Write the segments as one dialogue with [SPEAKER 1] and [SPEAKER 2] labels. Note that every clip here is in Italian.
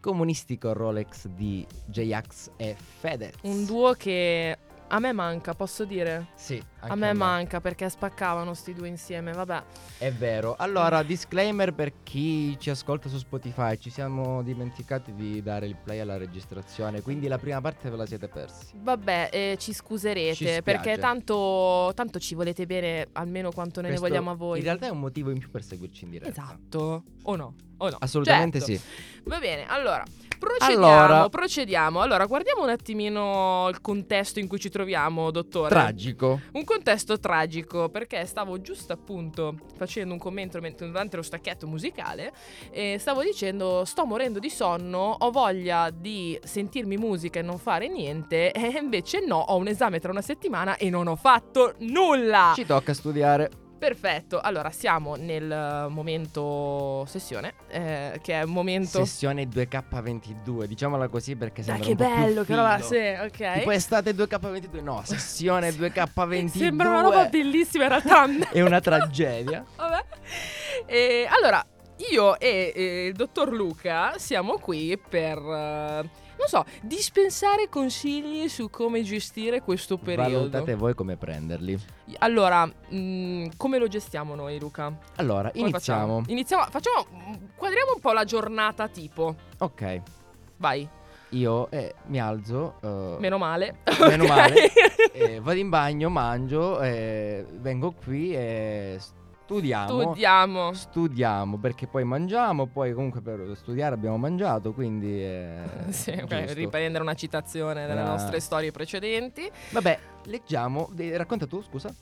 [SPEAKER 1] comunistico Rolex di J-Ax e Fedez.
[SPEAKER 2] Un duo che a me manca, posso dire?
[SPEAKER 1] Sì, anche
[SPEAKER 2] A me manca perché spaccavano sti due insieme, vabbè.
[SPEAKER 1] È vero. Allora, disclaimer per chi ci ascolta su Spotify, ci siamo dimenticati di dare il play alla registrazione, quindi la prima parte ve la siete persi.
[SPEAKER 2] Vabbè, eh, ci scuserete
[SPEAKER 1] Ci spiace.
[SPEAKER 2] perché tanto, tanto ci volete bene almeno quanto noi
[SPEAKER 1] Questo
[SPEAKER 2] ne vogliamo a voi.
[SPEAKER 1] In realtà è un motivo in più per seguirci in diretta.
[SPEAKER 2] Esatto, o no? O no?
[SPEAKER 1] Assolutamente
[SPEAKER 2] Certo.
[SPEAKER 1] sì.
[SPEAKER 2] Va bene, allora procediamo.
[SPEAKER 1] Allora.
[SPEAKER 2] procediamo. Allora, guardiamo un attimino il contesto in cui ci troviamo, dottore.
[SPEAKER 1] Tragico.
[SPEAKER 2] un contesto tragico perché stavo giusto appunto facendo un commento men- durante lo stacchetto musicale e stavo dicendo sto morendo di sonno, ho voglia di sentirmi musica e non fare niente e invece no, ho un esame tra una settimana e non ho fatto nulla.
[SPEAKER 1] Ci tocca studiare.
[SPEAKER 2] Perfetto, allora siamo nel eh, momento sessione eh, che è un momento...
[SPEAKER 1] Sessione 2K22, diciamola così perché
[SPEAKER 2] Dai,
[SPEAKER 1] sembra
[SPEAKER 2] che
[SPEAKER 1] un po' più
[SPEAKER 2] bello, che eh? roba,
[SPEAKER 1] figo.
[SPEAKER 2] sì, ok.
[SPEAKER 1] Tipo estate 2K22, no, sessione 2K22.
[SPEAKER 2] Sembra una roba bellissima in realtà.
[SPEAKER 1] È una tragedia.
[SPEAKER 2] Vabbè. E, allora, io e, e il dottor Luca siamo qui per, eh, non so, dispensare consigli su come gestire questo periodo.
[SPEAKER 1] Valutate voi come prenderli.
[SPEAKER 2] Allora, mh, come lo gestiamo noi, Luca? Come
[SPEAKER 1] Allora, iniziamo.
[SPEAKER 2] Facciamo? Iniziamo, facciamo, mh, quadriamo un po' la giornata tipo.
[SPEAKER 1] Ok,
[SPEAKER 2] Vai,
[SPEAKER 1] io eh, mi alzo. eh,
[SPEAKER 2] meno male.
[SPEAKER 1] Meno
[SPEAKER 2] Ok.
[SPEAKER 1] male. eh, vado in bagno, mangio, eh, vengo qui e studiamo.
[SPEAKER 2] Studiamo.
[SPEAKER 1] Studiamo perché poi mangiamo, poi comunque per studiare abbiamo mangiato, quindi... eh,
[SPEAKER 2] Sì, ok,
[SPEAKER 1] giusto.
[SPEAKER 2] riprendere una citazione dalle
[SPEAKER 1] Una-
[SPEAKER 2] nostre storie precedenti.
[SPEAKER 1] Vabbè, leggiamo, de- racconta tu, scusa.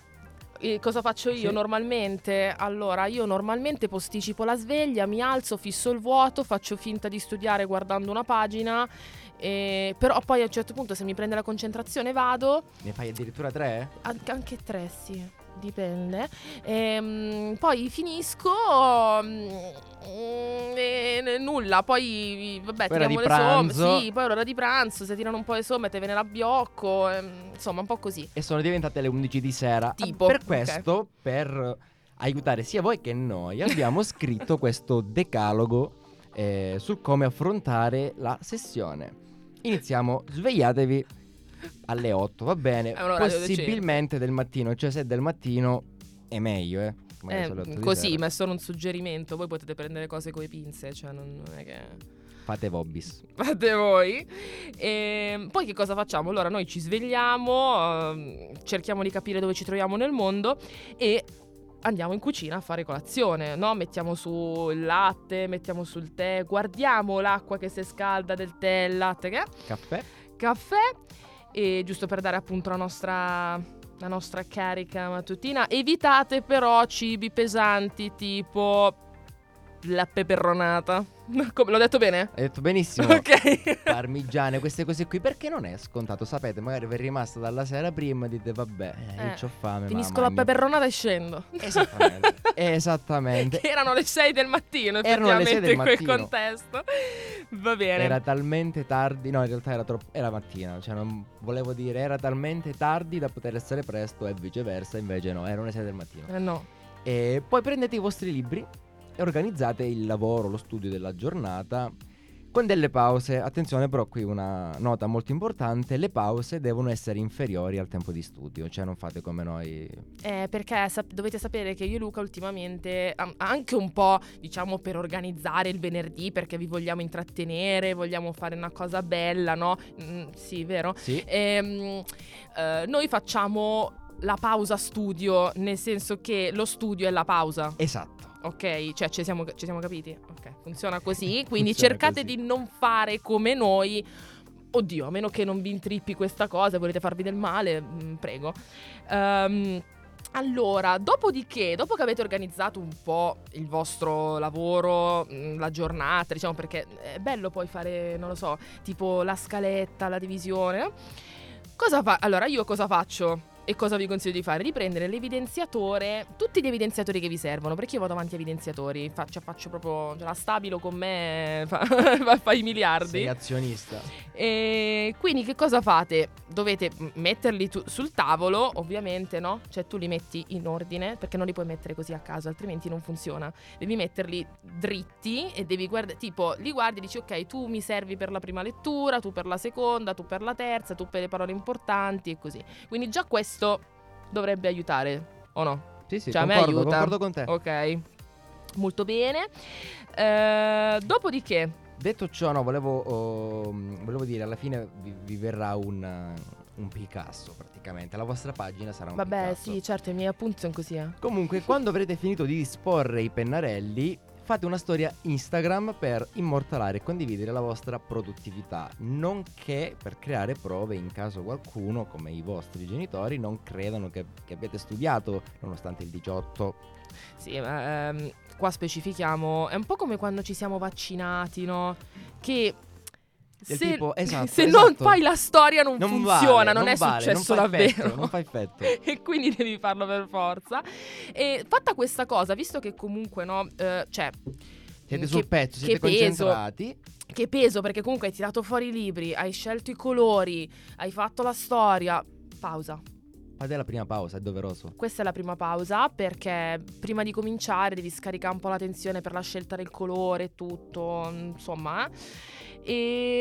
[SPEAKER 2] Eh, cosa faccio io
[SPEAKER 1] Sì.
[SPEAKER 2] normalmente? Allora, io normalmente posticipo la sveglia, mi alzo, fisso il vuoto, faccio finta di studiare guardando una pagina, eh, però poi a un certo punto se mi prende la concentrazione vado,
[SPEAKER 1] Ne fai addirittura tre?
[SPEAKER 2] an- anche tre sì, dipende, Ehm, poi finisco... mm, mm, e n- nulla, poi vabbè,
[SPEAKER 1] Ora di
[SPEAKER 2] tiriamo le somme.
[SPEAKER 1] pranzo.
[SPEAKER 2] Sì, poi l'ora di pranzo, se tirano un po' le somme, te viene l'abbiocco, ehm, insomma, un po' così.
[SPEAKER 1] e sono diventate le 11 di sera.
[SPEAKER 2] Tipo,
[SPEAKER 1] per
[SPEAKER 2] ok.
[SPEAKER 1] questo, per aiutare sia voi che noi, abbiamo scritto questo decalogo eh, su come affrontare la sessione. Iniziamo, svegliatevi alle 8, va bene?
[SPEAKER 2] È un orario
[SPEAKER 1] Possibilmente del mattino, cioè se del mattino è meglio, eh. magari
[SPEAKER 2] Eh,
[SPEAKER 1] solo alle 8 di
[SPEAKER 2] così,
[SPEAKER 1] sera.
[SPEAKER 2] ma è solo un suggerimento. Voi potete prendere cose con le pinze, cioè non, non è che.
[SPEAKER 1] Fate vobbis.
[SPEAKER 2] Fate voi. Ehm, poi che cosa facciamo? Allora, noi ci svegliamo, ehm, cerchiamo di capire dove ci troviamo nel mondo e andiamo in cucina a fare colazione, no? Mettiamo su il latte, mettiamo sul tè, guardiamo l'acqua che si scalda del tè, il latte che è
[SPEAKER 1] Caffè.
[SPEAKER 2] caffè e giusto per dare appunto la nostra, la nostra carica mattutina evitate però cibi pesanti tipo la peperonata Come- l'ho detto bene?
[SPEAKER 1] Hai detto benissimo.
[SPEAKER 2] ok
[SPEAKER 1] Parmigiane, queste cose qui, perché non è scontato? Sapete, magari vi è rimasta dalla sera prima e dite, vabbè, eh,
[SPEAKER 2] Eh,
[SPEAKER 1] io ho fame.
[SPEAKER 2] finisco
[SPEAKER 1] ma
[SPEAKER 2] la
[SPEAKER 1] mangio".
[SPEAKER 2] peperonata e scendo
[SPEAKER 1] Esattamente. Esattamente.
[SPEAKER 2] che erano le 6 del mattino
[SPEAKER 1] Erano le sei
[SPEAKER 2] effettivamente
[SPEAKER 1] del
[SPEAKER 2] in quel
[SPEAKER 1] mattino.
[SPEAKER 2] contesto va bene
[SPEAKER 1] Era talmente tardi, no in realtà era troppo, era mattina, cioè non volevo dire era talmente tardi da poter essere presto e viceversa, invece no, erano le 6 del mattino.
[SPEAKER 2] Eh, no
[SPEAKER 1] E poi prendete i vostri libri e organizzate il lavoro, lo studio della giornata con delle pause. Attenzione però qui una nota molto importante, le pause devono essere inferiori al tempo di studio, cioè non fate come noi.
[SPEAKER 2] Eh, perché sap- dovete sapere che io e Luca ultimamente, am- anche un po', diciamo, per organizzare il venerdì, perché vi vogliamo intrattenere, vogliamo fare una cosa bella, no? Mm, sì, vero?
[SPEAKER 1] Sì.
[SPEAKER 2] Ehm, eh, noi facciamo la pausa studio, nel senso che lo studio è la pausa,
[SPEAKER 1] Esatto.
[SPEAKER 2] ok? Cioè, ci siamo, ci siamo capiti? Ok, funziona così, quindi
[SPEAKER 1] Funziona
[SPEAKER 2] cercate
[SPEAKER 1] così.
[SPEAKER 2] di non fare come noi. Oddio, a meno che non vi intrippi questa cosa e volete farvi del male, mm, prego. Ehm, allora, dopodiché, dopo che avete organizzato un po' il vostro lavoro, mh, la giornata, diciamo perché è bello poi fare, non lo so, tipo la scaletta, la divisione. no? Cosa fa? Allora, io cosa faccio? E cosa vi consiglio di fare? Di prendere l'evidenziatore, tutti gli evidenziatori che vi servono, perché io vado avanti a evidenziatori, faccio, faccio proprio, ce la stabilo con me, fa, fa- fa i
[SPEAKER 1] Sei
[SPEAKER 2] miliardi.
[SPEAKER 1] azionista.
[SPEAKER 2] E Ehm, quindi che cosa fate? Dovete m- metterli tu- sul tavolo, ovviamente, no? Cioè tu li metti in ordine, perché non li puoi mettere così a caso, altrimenti non funziona. Devi metterli dritti e devi guardare, tipo, li guardi e dici ok, tu mi servi per la prima lettura, tu per la seconda, tu per la terza, tu per le parole importanti e così. Quindi già questo dovrebbe aiutare, o no?
[SPEAKER 1] Sì, sì,
[SPEAKER 2] Cioè, a me
[SPEAKER 1] concordo,
[SPEAKER 2] aiuta.
[SPEAKER 1] concordo con te.
[SPEAKER 2] Ok. Molto bene. Eh, dopodiché,
[SPEAKER 1] Detto ciò, no, volevo, ehm, volevo dire, alla fine vi, vi verrà un, eh, un Picasso praticamente, la vostra pagina sarà un
[SPEAKER 2] vabbè,
[SPEAKER 1] Picasso.
[SPEAKER 2] sì, certo, i miei appunti sono così, eh.
[SPEAKER 1] Comunque, quando avrete finito di disporre i pennarelli, fate una storia Instagram per immortalare e condividere la vostra produttività, nonché per creare prove in caso qualcuno, come i vostri genitori, non credano che, che abbiate studiato, nonostante il 18.
[SPEAKER 2] Sì, ma ehm, qua specifichiamo, è un po' come quando ci siamo vaccinati, no? Che
[SPEAKER 1] Del tipo, esatto,
[SPEAKER 2] se non
[SPEAKER 1] esatto.
[SPEAKER 2] fai la storia non,
[SPEAKER 1] vale,
[SPEAKER 2] funziona, non, è
[SPEAKER 1] vale,
[SPEAKER 2] successo
[SPEAKER 1] non fa
[SPEAKER 2] davvero.
[SPEAKER 1] effetto, non fa effetto.
[SPEAKER 2] e quindi devi farlo per forza. E fatta questa cosa, visto che comunque no, eh, cioè
[SPEAKER 1] Siete
[SPEAKER 2] che-
[SPEAKER 1] sul pezzo, siete
[SPEAKER 2] che peso.
[SPEAKER 1] concentrati.
[SPEAKER 2] che peso perché comunque hai tirato fuori i libri, hai scelto i colori, hai fatto la storia. Pausa.
[SPEAKER 1] Fate la prima pausa, è doveroso.
[SPEAKER 2] Questa è la prima pausa perché prima di cominciare devi scaricare un po' la tensione per la scelta del colore e tutto, insomma. eh.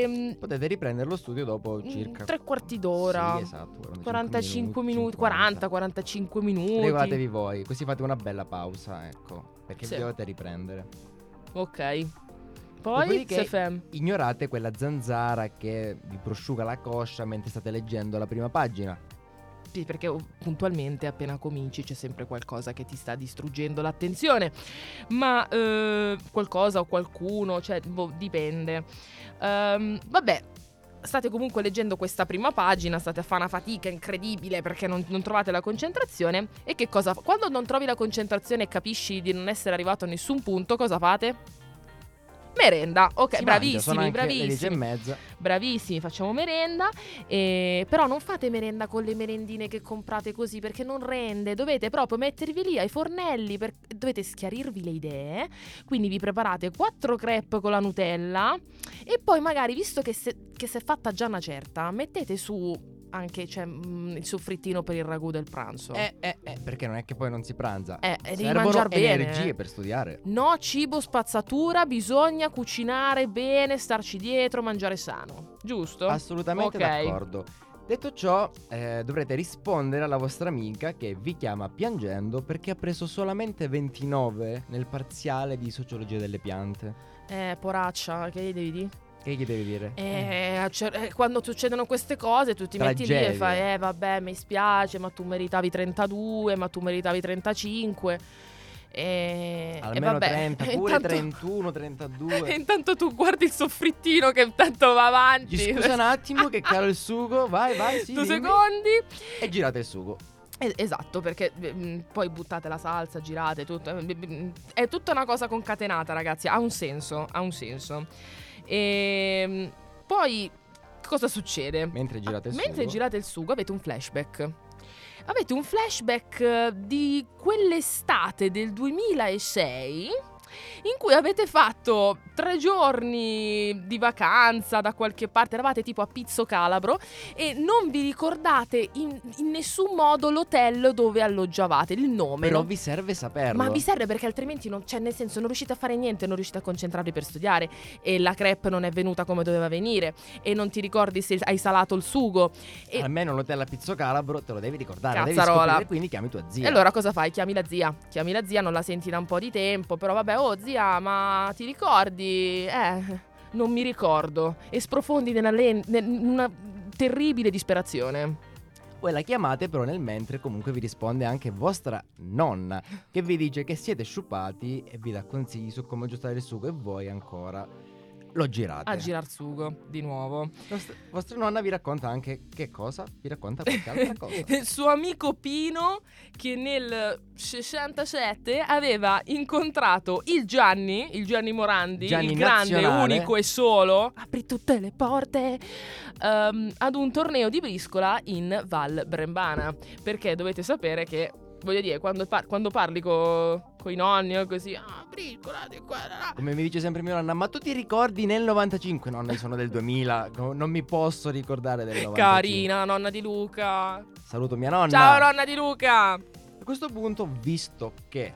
[SPEAKER 2] Ehm, E
[SPEAKER 1] Potete riprendere lo studio dopo
[SPEAKER 2] Mm,
[SPEAKER 1] circa
[SPEAKER 2] tre quarti d'ora.
[SPEAKER 1] Sì, esatto,
[SPEAKER 2] 45 minuti, 40, 45 minuti.
[SPEAKER 1] Regolatevi voi, così fate una bella pausa, ecco, perché
[SPEAKER 2] Sì.
[SPEAKER 1] vi dovete riprendere.
[SPEAKER 2] Ok. Poi
[SPEAKER 1] Dopodiché-
[SPEAKER 2] CFM.
[SPEAKER 1] Ignorate quella zanzara che vi prosciuga la coscia mentre state leggendo la prima pagina.
[SPEAKER 2] Sì, perché oh, puntualmente appena cominci c'è sempre qualcosa che ti sta distruggendo l'attenzione. Ma eh, qualcosa o qualcuno, cioè, boh, dipende. Ehm, vabbè. State comunque leggendo questa prima pagina, state a fare una fatica incredibile perché non, non trovate la concentrazione. E che cosa? Quando non trovi la concentrazione e capisci di non essere arrivato a nessun punto, cosa fate? Merenda. Ok,
[SPEAKER 1] Si mangia, sono
[SPEAKER 2] bravissimi,
[SPEAKER 1] anche Le dieci e
[SPEAKER 2] bravissimi
[SPEAKER 1] mezza. ecco.
[SPEAKER 2] bravissimi, facciamo merenda, eh, però non fate merenda con le merendine che comprate così perché non rende, dovete proprio mettervi lì ai fornelli, per- dovete schiarirvi le idee, quindi vi preparate quattro crepe con la Nutella e poi magari, visto che se- che si è fatta già una certa, mettete su anche cioè, mm, il soffrittino per il ragù del pranzo.
[SPEAKER 1] Eh, eh, eh, perché non è che poi non si pranza.
[SPEAKER 2] Eh, e devi
[SPEAKER 1] Servono
[SPEAKER 2] mangiare bene.
[SPEAKER 1] energie
[SPEAKER 2] eh.
[SPEAKER 1] per studiare.
[SPEAKER 2] No cibo spazzatura, bisogna cucinare bene, starci dietro, mangiare sano. Giusto?
[SPEAKER 1] Assolutamente
[SPEAKER 2] Ok.
[SPEAKER 1] d'accordo. Detto ciò, eh, dovrete rispondere alla vostra amica che vi chiama piangendo perché ha preso solamente 29 nel parziale di sociologia delle piante.
[SPEAKER 2] Eh, poraccia, che gli devi dire?
[SPEAKER 1] Che gli devi dire?
[SPEAKER 2] Eh, a cer- eh, quando succedono queste cose tu ti metti lì
[SPEAKER 1] Tragedie.
[SPEAKER 2] e fai, eh vabbè mi spiace, ma tu meritavi 32, ma tu meritavi 35. E,
[SPEAKER 1] Almeno
[SPEAKER 2] e eh, vabbè,
[SPEAKER 1] 30,
[SPEAKER 2] e
[SPEAKER 1] pure
[SPEAKER 2] intanto-
[SPEAKER 1] 31, 32.
[SPEAKER 2] E intanto tu guardi il soffrittino che intanto va avanti.
[SPEAKER 1] Gli scusa un attimo che caro il sugo, vai, vai, sì,
[SPEAKER 2] Due
[SPEAKER 1] dimmi.
[SPEAKER 2] secondi.
[SPEAKER 1] E girate il sugo.
[SPEAKER 2] Eh, Esatto, perché mm, poi buttate la salsa, girate tutto. eh, mm, mm, È tutta una cosa concatenata, ragazzi. Ha un senso, ha un senso. E poi cosa succede?
[SPEAKER 1] Mentre girate il
[SPEAKER 2] Ah, Mentre
[SPEAKER 1] sugo.
[SPEAKER 2] girate il sugo avete un flashback. Avete un flashback eh, di quell'estate del 2006 in cui avete fatto tre giorni di vacanza da qualche parte, eravate tipo a Pizzo Calabro e non vi ricordate in, in nessun modo l'hotel dove alloggiavate, il nome.
[SPEAKER 1] Però
[SPEAKER 2] no?
[SPEAKER 1] vi serve saperlo.
[SPEAKER 2] Ma vi serve perché altrimenti non c'è, nel senso, non riuscite a fare niente, non riuscite a concentrarvi per studiare e la crepe non è venuta come doveva venire e non ti ricordi se hai salato il sugo. E,
[SPEAKER 1] Almeno l'hotel a Pizzo Calabro te lo devi ricordare, devi
[SPEAKER 2] Cazzarola.
[SPEAKER 1] scoprire, quindi chiami tua zia.
[SPEAKER 2] e allora cosa fai? Chiami la zia. Chiami la zia, non la senti da un po' di tempo, però vabbè, oh zia, ma ti ricordi? Eh, non mi ricordo. E sprofondi nella len- nel- in una terribile disperazione.
[SPEAKER 1] Poi la chiamate, però nel mentre comunque vi risponde anche vostra nonna, che vi dice che siete sciupati e vi dà consigli su come aggiustare il sugo e voi ancora L'ho girata.
[SPEAKER 2] a girarsugo di nuovo.
[SPEAKER 1] Vostra, vostra nonna vi racconta anche che cosa? Vi racconta qualche altra cosa.
[SPEAKER 2] Il suo amico Pino che nel 67 aveva incontrato il Gianni, il Gianni Morandi,
[SPEAKER 1] Gianni
[SPEAKER 2] il grande,
[SPEAKER 1] nazionale.
[SPEAKER 2] unico e solo, apri tutte le porte, ehm, ad un torneo di briscola in Val Brembana. Perché dovete sapere che, voglio dire, quando, par- quando parli con i nonni o così, ah, briscola, di qua, là, là",
[SPEAKER 1] Come mi dice sempre mia nonna, ma tu ti ricordi nel 95? No, io sono del 2000, co- non mi posso ricordare del 95.
[SPEAKER 2] carina, la nonna di Luca.
[SPEAKER 1] Saluto mia nonna.
[SPEAKER 2] Ciao, nonna di Luca!
[SPEAKER 1] A questo punto, visto che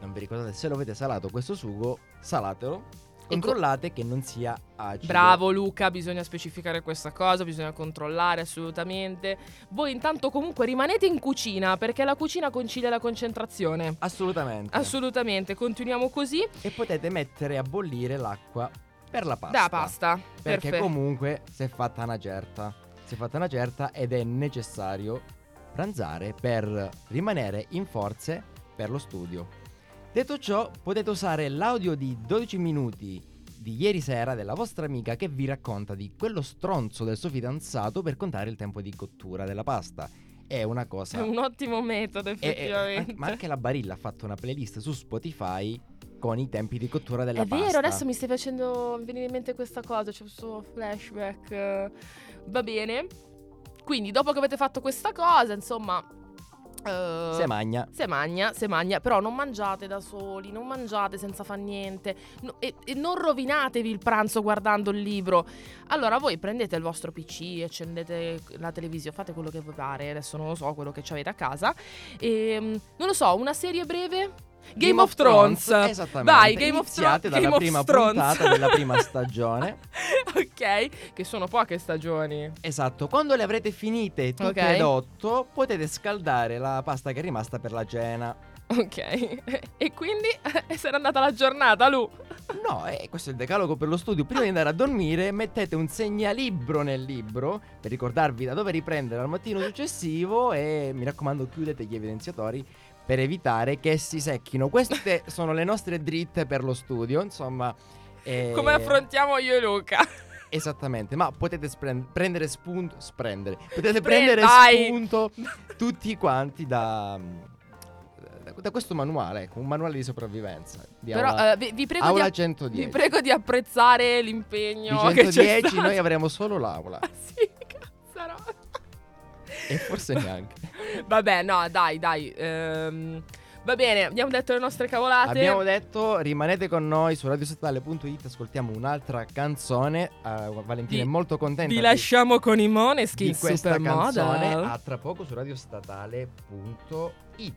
[SPEAKER 1] non vi ricordate se lo avete salato questo sugo, salatelo. Controllate che non sia acido.
[SPEAKER 2] Bravo Luca, bisogna specificare questa cosa, bisogna controllare assolutamente. Voi intanto comunque rimanete in cucina perché la cucina concilia la concentrazione.
[SPEAKER 1] Assolutamente.
[SPEAKER 2] Assolutamente, continuiamo così.
[SPEAKER 1] e potete mettere a bollire l'acqua per la pasta.
[SPEAKER 2] Da pasta.
[SPEAKER 1] Perché
[SPEAKER 2] Perfetto.
[SPEAKER 1] comunque si è fatta una certa. Si è fatta una certa ed è necessario pranzare per rimanere in forze per lo studio. Detto ciò, potete usare l'audio di 12 minuti di ieri sera della vostra amica che vi racconta di quello stronzo del suo fidanzato per contare il tempo di cottura della pasta. È una cosa
[SPEAKER 2] È un ottimo metodo,
[SPEAKER 1] e- e-
[SPEAKER 2] effettivamente.
[SPEAKER 1] Eh, anche- ma anche la Barilla ha fatto una playlist su Spotify con i tempi di cottura della
[SPEAKER 2] È
[SPEAKER 1] pasta.
[SPEAKER 2] vero, adesso mi stai facendo venire in mente questa cosa, c'è questo flashback. eh, Va bene. Quindi, dopo che avete fatto questa cosa, insomma... eh,
[SPEAKER 1] Se magna.
[SPEAKER 2] Se magna, se magna, però non mangiate da soli, non mangiate senza far niente no- e, e non rovinatevi il pranzo guardando il libro. Allora voi prendete il vostro PC, accendete la televisione, fate quello che vi pare, adesso non lo so quello che avete a casa, e, mm, non lo so, una serie breve? Game, of, Thrones.
[SPEAKER 1] Esattamente.
[SPEAKER 2] Vai, Game of
[SPEAKER 1] Iniziate
[SPEAKER 2] Thrones,
[SPEAKER 1] dalla
[SPEAKER 2] Game of
[SPEAKER 1] prima
[SPEAKER 2] Thrones.
[SPEAKER 1] puntata della prima stagione.
[SPEAKER 2] ok, che sono poche stagioni.
[SPEAKER 1] Esatto. Quando le avrete finite tutte
[SPEAKER 2] Ok.
[SPEAKER 1] ed otto, potete scaldare la pasta che è rimasta per la cena.
[SPEAKER 2] Ok, e quindi se n'è andata la giornata, Lu.
[SPEAKER 1] No, eh, questo è il decalogo per lo studio. Prima di andare a dormire, mettete un segnalibro nel libro per ricordarvi da dove riprendere al mattino successivo e mi raccomando chiudete gli evidenziatori per evitare che si secchino. Queste sono le nostre dritte per lo studio, insomma. eh,
[SPEAKER 2] Come affrontiamo io e Luca?
[SPEAKER 1] Esattamente, ma potete spren- prendere spunto. Sprendere. Potete prendere
[SPEAKER 2] dai!
[SPEAKER 1] spunto tutti quanti da. da- Da questo manuale, ecco, un manuale di sopravvivenza. Di
[SPEAKER 2] Però
[SPEAKER 1] aula,
[SPEAKER 2] eh, vi, vi prego di
[SPEAKER 1] aula
[SPEAKER 2] app-
[SPEAKER 1] 110.
[SPEAKER 2] Vi prego di apprezzare l'impegno
[SPEAKER 1] di
[SPEAKER 2] che c'è
[SPEAKER 1] 110
[SPEAKER 2] stato.
[SPEAKER 1] noi avremo solo l'aula
[SPEAKER 2] Ah, sì, cazzarò.
[SPEAKER 1] e forse neanche.
[SPEAKER 2] Vabbè, no, dai, dai. ehm, va bene, abbiamo detto le nostre cavolate.
[SPEAKER 1] Abbiamo detto rimanete con noi su radiostatale.it, ascoltiamo un'altra canzone. Eh, Valentina
[SPEAKER 2] Di-
[SPEAKER 1] è molto contenta
[SPEAKER 2] Vi
[SPEAKER 1] di,
[SPEAKER 2] lasciamo con i Moneskin
[SPEAKER 1] di questa canzone.
[SPEAKER 2] Supermodel.
[SPEAKER 1] A tra poco su radiostatale.it.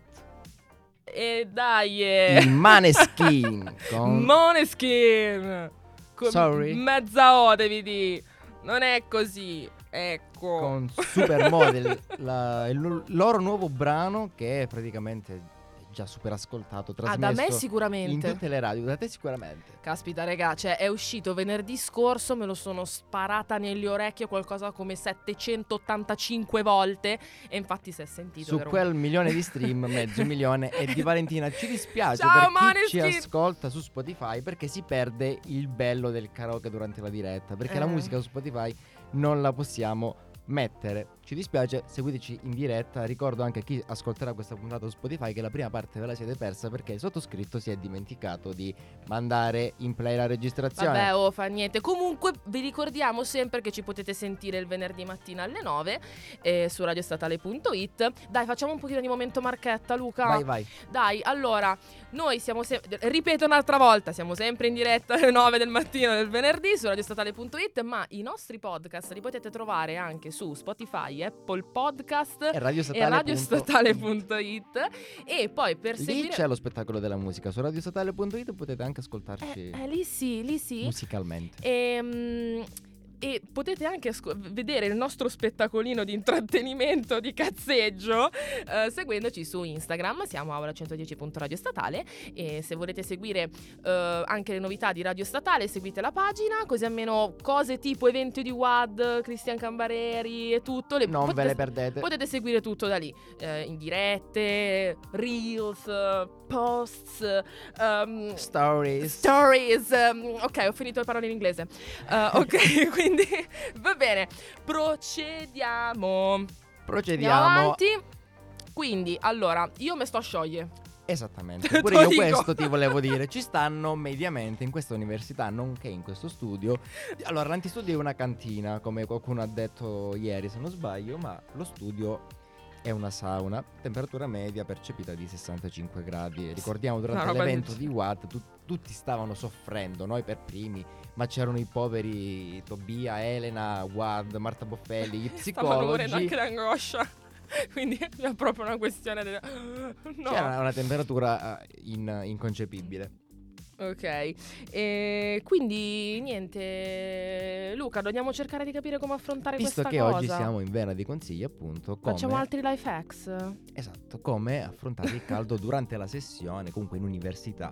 [SPEAKER 2] E dai. eh.
[SPEAKER 1] Il Maneskin con
[SPEAKER 2] Moneskin. Con
[SPEAKER 1] Sorry.
[SPEAKER 2] Mezza O devi dire. Non è così. Ecco.
[SPEAKER 1] con Supermodel, la- il lu- loro nuovo brano che è praticamente già super ascoltato,
[SPEAKER 2] ah, da me
[SPEAKER 1] trasmesso in
[SPEAKER 2] sicuramente.
[SPEAKER 1] tutte le radio, da te sicuramente.
[SPEAKER 2] Caspita, raga, cioè è uscito venerdì scorso, me lo sono sparata nelle orecchie qualcosa come 785 volte e infatti si è sentito.
[SPEAKER 1] Su
[SPEAKER 2] vero?
[SPEAKER 1] quel milione di stream, mezzo milione e di Valentina ci dispiace
[SPEAKER 2] Ciao,
[SPEAKER 1] per chi ci
[SPEAKER 2] Maneskin!
[SPEAKER 1] ascolta su Spotify perché si perde il bello del karaoke durante la diretta, perché la
[SPEAKER 2] Eh.
[SPEAKER 1] musica su Spotify non la possiamo mettere. Ci dispiace, seguiteci in diretta, ricordo anche a chi ascolterà questa puntata su Spotify che la prima parte ve la siete persa perché il sottoscritto si è dimenticato di mandare in play la registrazione.
[SPEAKER 2] Vabbè, oh, fa niente. Comunque vi ricordiamo sempre che ci potete sentire il venerdì mattina alle 9 eh, su radiostatale.it. Dai, facciamo un pochino di momento marchetta, Luca.
[SPEAKER 1] Vai, vai.
[SPEAKER 2] Dai, allora, noi siamo sempre, ripeto un'altra volta, siamo sempre in diretta alle 9 del mattino del venerdì su radiostatale.it, ma i nostri podcast li potete trovare anche su Spotify, Apple Podcast
[SPEAKER 1] È Radio Statale.
[SPEAKER 2] e radiostatale.it e poi per
[SPEAKER 1] Lì
[SPEAKER 2] seguire...
[SPEAKER 1] c'è lo spettacolo della musica, su radiostatale.it potete anche ascoltarci
[SPEAKER 2] Eh, eh, lì sì, lì sì.
[SPEAKER 1] musicalmente.
[SPEAKER 2] Ehm, e potete anche sco- vedere il nostro spettacolino di intrattenimento, di cazzeggio, eh, seguendoci su Instagram, siamo aula110.radio statale e se volete seguire eh, anche le novità di Radio Statale seguite la pagina, così almeno cose tipo eventi di WAD, Cristian Cambareri e tutto, le
[SPEAKER 1] Non ve
[SPEAKER 2] potete-
[SPEAKER 1] le perdete.
[SPEAKER 2] Potete seguire tutto da lì, eh, in dirette, reels, eh, posts, ehm,
[SPEAKER 1] Stories.
[SPEAKER 2] stories. ehm, ok, ho finito le parole in inglese. Eh, ok, quindi va bene, procediamo. Andiamo
[SPEAKER 1] Procediamo.
[SPEAKER 2] avanti. Quindi, allora, io me sto a sciogliere.
[SPEAKER 1] Esattamente.
[SPEAKER 2] Te
[SPEAKER 1] Pure
[SPEAKER 2] lo
[SPEAKER 1] io
[SPEAKER 2] dico.
[SPEAKER 1] questo ti volevo dire. Ci stanno mediamente in questa università, nonché in questo studio. Allora, l'antistudio è una cantina, come qualcuno ha detto ieri, se non sbaglio, ma lo studio è una sauna, temperatura media percepita di 65 gradi. E Ricordiamo durante
[SPEAKER 2] Una roba
[SPEAKER 1] l'evento
[SPEAKER 2] del-
[SPEAKER 1] di Watt tu- tutti stavano soffrendo, noi per primi, ma c'erano i poveri Tobia, Elena, Wad, Marta Boffelli, gli
[SPEAKER 2] Stavano morendo
[SPEAKER 1] psicologi.
[SPEAKER 2] anche d'angoscia. Quindi è proprio una questione del... No.
[SPEAKER 1] C'era una temperatura eh, in- inconcepibile.
[SPEAKER 2] Ok, e quindi niente, Luca, dobbiamo cercare di capire come affrontare
[SPEAKER 1] Visto
[SPEAKER 2] questa
[SPEAKER 1] che
[SPEAKER 2] cosa.
[SPEAKER 1] oggi siamo in vena di consigli, appunto, come,
[SPEAKER 2] Facciamo altri life hacks.
[SPEAKER 1] esatto, come affrontare il caldo durante la sessione, comunque in università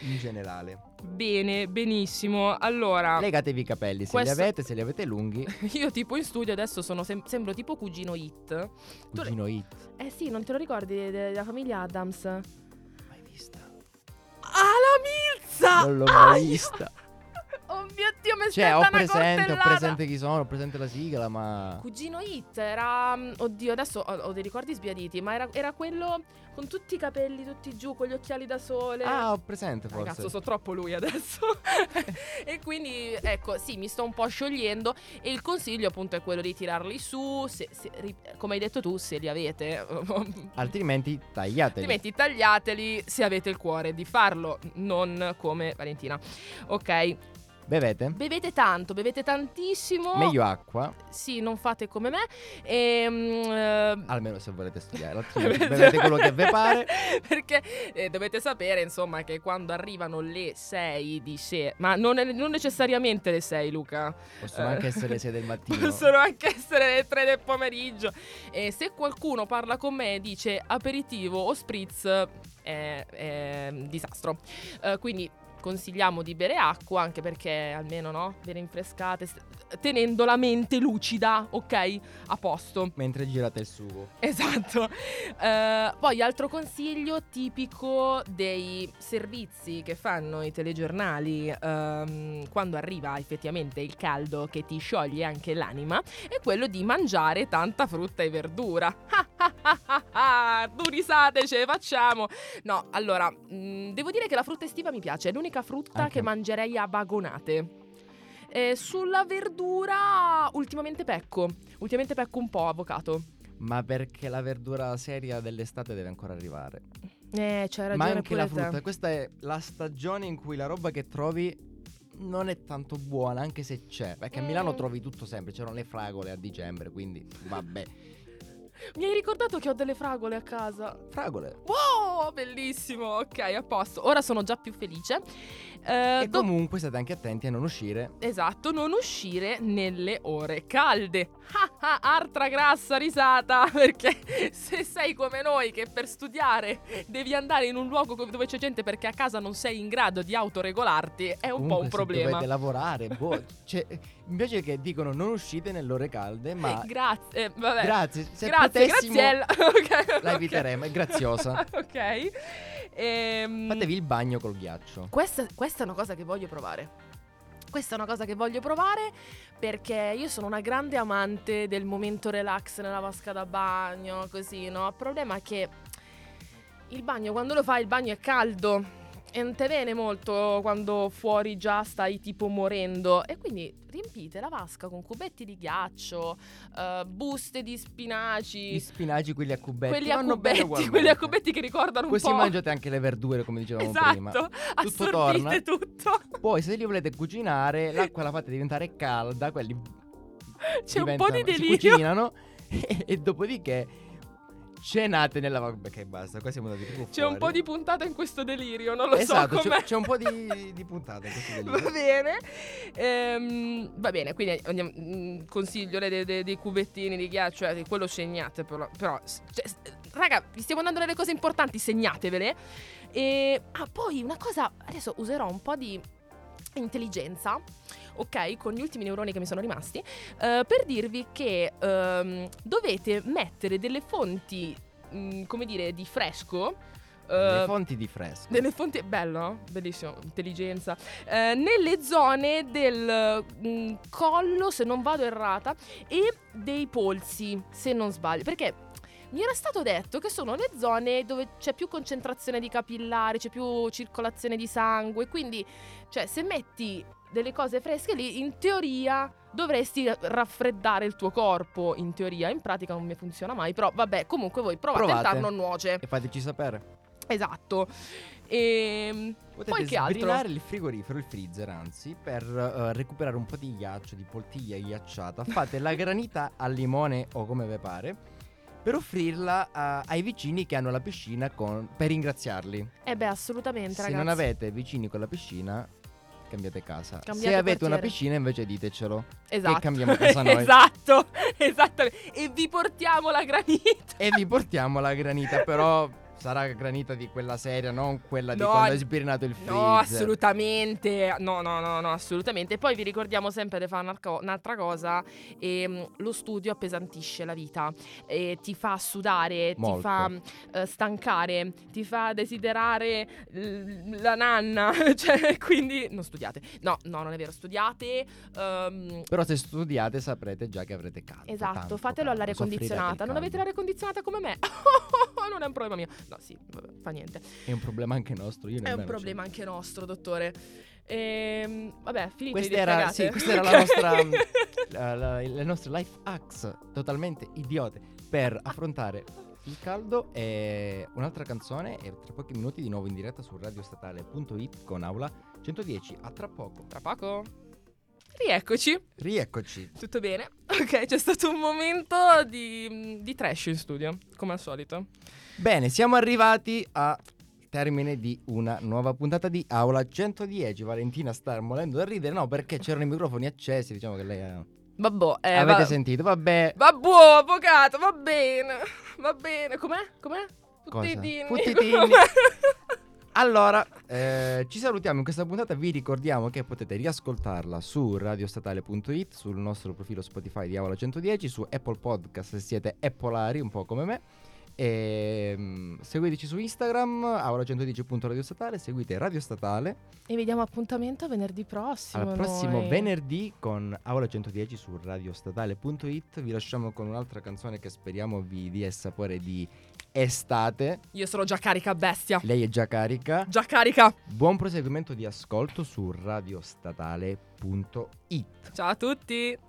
[SPEAKER 1] in generale.
[SPEAKER 2] Bene, benissimo. Allora,
[SPEAKER 1] Legatevi i capelli se
[SPEAKER 2] Ah. Questo-
[SPEAKER 1] li avete, se li avete lunghi,
[SPEAKER 2] io tipo in studio adesso sono sem- sembro tipo cugino Hit. Tu-
[SPEAKER 1] cugino Hit.
[SPEAKER 2] Eh sì, non te lo ricordi de- della famiglia Adams? Ah,
[SPEAKER 1] Mai vista?
[SPEAKER 2] la milza!
[SPEAKER 1] Non l'ho
[SPEAKER 2] Ah,
[SPEAKER 1] mai
[SPEAKER 2] io-
[SPEAKER 1] vista.
[SPEAKER 2] Oh mio Dio, mi
[SPEAKER 1] Cioè,
[SPEAKER 2] aspetta
[SPEAKER 1] ho
[SPEAKER 2] una
[SPEAKER 1] presente, ho
[SPEAKER 2] coltellata.
[SPEAKER 1] presente chi sono, ho presente la sigla, ma
[SPEAKER 2] Cugino Hit era. mm, Oddio, adesso ho, ho dei ricordi sbiaditi, ma era, era quello con tutti i capelli tutti giù, con gli occhiali da sole.
[SPEAKER 1] Ah, ho presente forse.
[SPEAKER 2] Ragazzo, so troppo lui adesso. e quindi, ecco, sì, mi sto un po' sciogliendo. E il consiglio, appunto, è quello di tirarli su. se- se- ri- come hai detto tu, se li avete.
[SPEAKER 1] Altrimenti tagliateli.
[SPEAKER 2] Altrimenti tagliateli se avete il cuore di farlo, non come Valentina. Ok,
[SPEAKER 1] Bevete?
[SPEAKER 2] bevete tanto, bevete tantissimo.
[SPEAKER 1] Meglio acqua,
[SPEAKER 2] Sì, non fate come me. Ehm, eh,
[SPEAKER 1] almeno se volete studiare, altrimenti bevete quello che vi pare.
[SPEAKER 2] Perché eh, dovete sapere, insomma, che quando arrivano le 6 di sera, ma non, è- non necessariamente le 6, Luca.
[SPEAKER 1] Possono anche essere le 6 del mattino.
[SPEAKER 2] Eh. Possono anche essere le 3 del pomeriggio. E se qualcuno parla con me e dice aperitivo o spritz, è, è un disastro. Eh, quindi consigliamo di bere acqua anche perché almeno no, ve ne rinfrescate s- tenendo la mente lucida, ok? A posto.
[SPEAKER 1] Mentre girate il sugo.
[SPEAKER 2] Esatto. Eh, poi altro consiglio tipico dei servizi che fanno i telegiornali ehm, quando arriva effettivamente il caldo che ti scioglie anche l'anima è quello di mangiare tanta frutta e verdura. tu risate, ce le facciamo. No, allora, mh, devo dire che la frutta estiva mi piace, è l'unica frutta
[SPEAKER 1] Anche
[SPEAKER 2] che
[SPEAKER 1] a me.
[SPEAKER 2] mangerei a vagonate. Eh, sulla verdura ultimamente pecco, ultimamente pecco un po' avvocato.
[SPEAKER 1] Ma perché la verdura seria dell'estate deve ancora arrivare.
[SPEAKER 2] Eh, c'hai ragione
[SPEAKER 1] Ma anche
[SPEAKER 2] pure
[SPEAKER 1] la
[SPEAKER 2] te.
[SPEAKER 1] frutta. Questa è la stagione in cui la roba che trovi non è tanto buona, anche se c'è. Perché a Milano
[SPEAKER 2] Mm.
[SPEAKER 1] trovi tutto sempre. C'erano le fragole a dicembre, quindi vabbè.
[SPEAKER 2] Mi hai ricordato che ho delle fragole a casa.
[SPEAKER 1] Fragole.
[SPEAKER 2] Wow, bellissimo. Ok, a posto. Ora sono già più felice. Eh,
[SPEAKER 1] E
[SPEAKER 2] do-
[SPEAKER 1] comunque state anche attenti a non uscire.
[SPEAKER 2] Esatto, non uscire nelle ore calde. Ah, ah, Altra grassa risata, perché se sei come noi che per studiare devi andare in un luogo co- dove c'è gente perché a casa non sei in grado di autoregolarti, è un po'
[SPEAKER 1] Comunque,
[SPEAKER 2] un
[SPEAKER 1] se
[SPEAKER 2] problema.
[SPEAKER 1] Dovete lavorare. Boh, cioè, invece che dicono non uscite nelle ore calde, ma
[SPEAKER 2] Grazie, eh, vabbè.
[SPEAKER 1] grazie. Se
[SPEAKER 2] Grazie,
[SPEAKER 1] potessimo,
[SPEAKER 2] Graziella. Ok,
[SPEAKER 1] La
[SPEAKER 2] ok.
[SPEAKER 1] eviteremo, è graziosa.
[SPEAKER 2] ok. Ehm,
[SPEAKER 1] Fatevi il bagno col ghiaccio.
[SPEAKER 2] questa, questa è una cosa che voglio provare. Questa è una cosa che voglio provare perché io sono una grande amante del momento relax nella vasca da bagno, così, no? Il problema è che il bagno, quando lo fai, il bagno è caldo. E non te viene molto quando fuori già stai tipo morendo. E quindi riempite la vasca con cubetti di ghiaccio, eh, buste di spinaci,
[SPEAKER 1] Gli spinaci, quelli a cubetti.
[SPEAKER 2] quelli a
[SPEAKER 1] vanno bene
[SPEAKER 2] cubetti,
[SPEAKER 1] ugualmente.
[SPEAKER 2] quelli a cubetti che ricordano un
[SPEAKER 1] Così
[SPEAKER 2] po'.
[SPEAKER 1] mangiate anche le verdure, come dicevamo
[SPEAKER 2] esatto,
[SPEAKER 1] prima.
[SPEAKER 2] assorbite
[SPEAKER 1] torna.
[SPEAKER 2] tutto.
[SPEAKER 1] Poi, se li volete cucinare, l'acqua la fate diventare calda, quelli
[SPEAKER 2] C'è un po'
[SPEAKER 1] diventano-
[SPEAKER 2] di
[SPEAKER 1] si
[SPEAKER 2] delirio.
[SPEAKER 1] cucinano e, e dopodiché Cenate nella vabbè, e basta, qua siamo andati proprio
[SPEAKER 2] C'è un
[SPEAKER 1] fuori.
[SPEAKER 2] po' di puntata in questo delirio, non lo
[SPEAKER 1] Esatto,
[SPEAKER 2] so
[SPEAKER 1] c'è-
[SPEAKER 2] com'è.
[SPEAKER 1] c'è un po' di- di puntata in questo delirio.
[SPEAKER 2] Va bene. Ehm, va bene, quindi andiamo- mm, consiglio le- de- de- dei, cubettini di ghiaccio, eh, quello segnate però. però s- cioè, s- raga, vi stiamo dando delle cose importanti, segnatevele. E, ah, poi una cosa, adesso userò un po' di intelligenza. Ok, con gli ultimi neuroni che mi sono rimasti, eh, per dirvi che ehm, dovete mettere delle fonti, mm, come dire, di fresco.
[SPEAKER 1] Le
[SPEAKER 2] eh,
[SPEAKER 1] fonti di fresco.
[SPEAKER 2] delle fonti, bello, no? bellissimo, intelligenza. Eh, nelle zone del mm, collo, se non vado errata, e dei polsi, se non sbaglio. Perché mi era stato detto che sono le zone dove c'è più concentrazione di capillari, c'è più circolazione di sangue. Quindi, cioè, se metti delle cose fresche lì, in teoria dovresti raffreddare il tuo corpo. In teoria, in pratica non mi funziona mai. Però, vabbè, comunque voi provate, a
[SPEAKER 1] Provate.
[SPEAKER 2] tentar non nuoce.
[SPEAKER 1] E fateci sapere.
[SPEAKER 2] Esatto. Ehm,
[SPEAKER 1] Potete
[SPEAKER 2] poi che altro?
[SPEAKER 1] sbrinare il frigorifero, il freezer anzi, per eh, recuperare un po' di ghiaccio, di poltiglia ghiacciata. Fate la granita al limone o come vi pare per offrirla a- ai vicini che hanno la piscina con- per ringraziarli.
[SPEAKER 2] Eh beh, assolutamente,
[SPEAKER 1] Se
[SPEAKER 2] ragazzi.
[SPEAKER 1] non avete vicini con la piscina, cambiate casa.
[SPEAKER 2] Cambiate
[SPEAKER 1] Se avete una
[SPEAKER 2] quartiere.
[SPEAKER 1] piscina invece ditecelo.
[SPEAKER 2] esatto.
[SPEAKER 1] cambiamo casa noi.
[SPEAKER 2] esatto, esattamente. E vi portiamo la granita.
[SPEAKER 1] E vi portiamo la granita, però sarà granita di quella seria, non quella di
[SPEAKER 2] No,
[SPEAKER 1] quando hai sbirnato il freezer.
[SPEAKER 2] No, assolutamente. No, no, no, no, assolutamente. Poi vi ricordiamo sempre di fare un'altra co- un'altra cosa. Ehm, lo studio appesantisce la vita. E ti fa sudare,
[SPEAKER 1] Molto.
[SPEAKER 2] ti fa eh, stancare, ti fa desiderare l- la nanna. cioè, quindi non studiate. No, no, non è vero. Studiate. ehm,
[SPEAKER 1] Però se studiate saprete già che avrete caldo.
[SPEAKER 2] Esatto,
[SPEAKER 1] tanto
[SPEAKER 2] fatelo all'aria
[SPEAKER 1] caldo, soffrirete il
[SPEAKER 2] condizionata. Non avete
[SPEAKER 1] caldo.
[SPEAKER 2] l'aria condizionata come me? non è un problema mio. No, sì, vabbè, fa niente.
[SPEAKER 1] È un problema anche nostro. Io
[SPEAKER 2] È
[SPEAKER 1] nemmeno ce
[SPEAKER 2] un
[SPEAKER 1] l'ho.
[SPEAKER 2] problema anche nostro, dottore. Ehm, vabbè, finite
[SPEAKER 1] Questa
[SPEAKER 2] di
[SPEAKER 1] era-
[SPEAKER 2] cagate.
[SPEAKER 1] sì, questa era la
[SPEAKER 2] Ok.
[SPEAKER 1] nostra- mm, La- la- le nostre life hacks totalmente idiote per affrontare il caldo e un'altra canzone e tra pochi minuti di nuovo in diretta su radiostatale.it con aula 110 a tra poco
[SPEAKER 2] Tra poco. Rieccoci.
[SPEAKER 1] rieccoci
[SPEAKER 2] Tutto bene? Ok, c'è stato un momento di, di trash in studio, come al solito.
[SPEAKER 1] bene siamo arrivati a termine di una nuova puntata di aula 110 Valentina sta morendo da ridere no perché c'erano i microfoni accesi diciamo che lei ha-
[SPEAKER 2] Vabbò, eh,
[SPEAKER 1] avete
[SPEAKER 2] va-
[SPEAKER 1] sentito vabbè
[SPEAKER 2] Vabbò, avvocato, va bene. Va bene. Com'è? Com'è?
[SPEAKER 1] Cosa?
[SPEAKER 2] Puttitini.
[SPEAKER 1] Puttitini. Allora, eh, ci salutiamo in questa puntata. Vi ricordiamo che potete riascoltarla su radiostatale.it, sul nostro profilo Spotify di Aula 110, su Apple Podcast se siete Appleari, un po' come me. E, mm, seguiteci su Instagram, aula110.radiostatale, seguite Radio Statale
[SPEAKER 2] E vediamo appuntamento venerdì
[SPEAKER 1] al
[SPEAKER 2] prossimo.
[SPEAKER 1] prossimo
[SPEAKER 2] noi.
[SPEAKER 1] venerdì con Aula 110 su radiostatale.it. Vi lasciamo con un'altra canzone che speriamo vi dia il sapore di estate.
[SPEAKER 2] Io sono già carica bestia.
[SPEAKER 1] Lei è già carica.
[SPEAKER 2] Già carica.
[SPEAKER 1] Buon proseguimento di ascolto su radiostatale.it.
[SPEAKER 2] Ciao a tutti.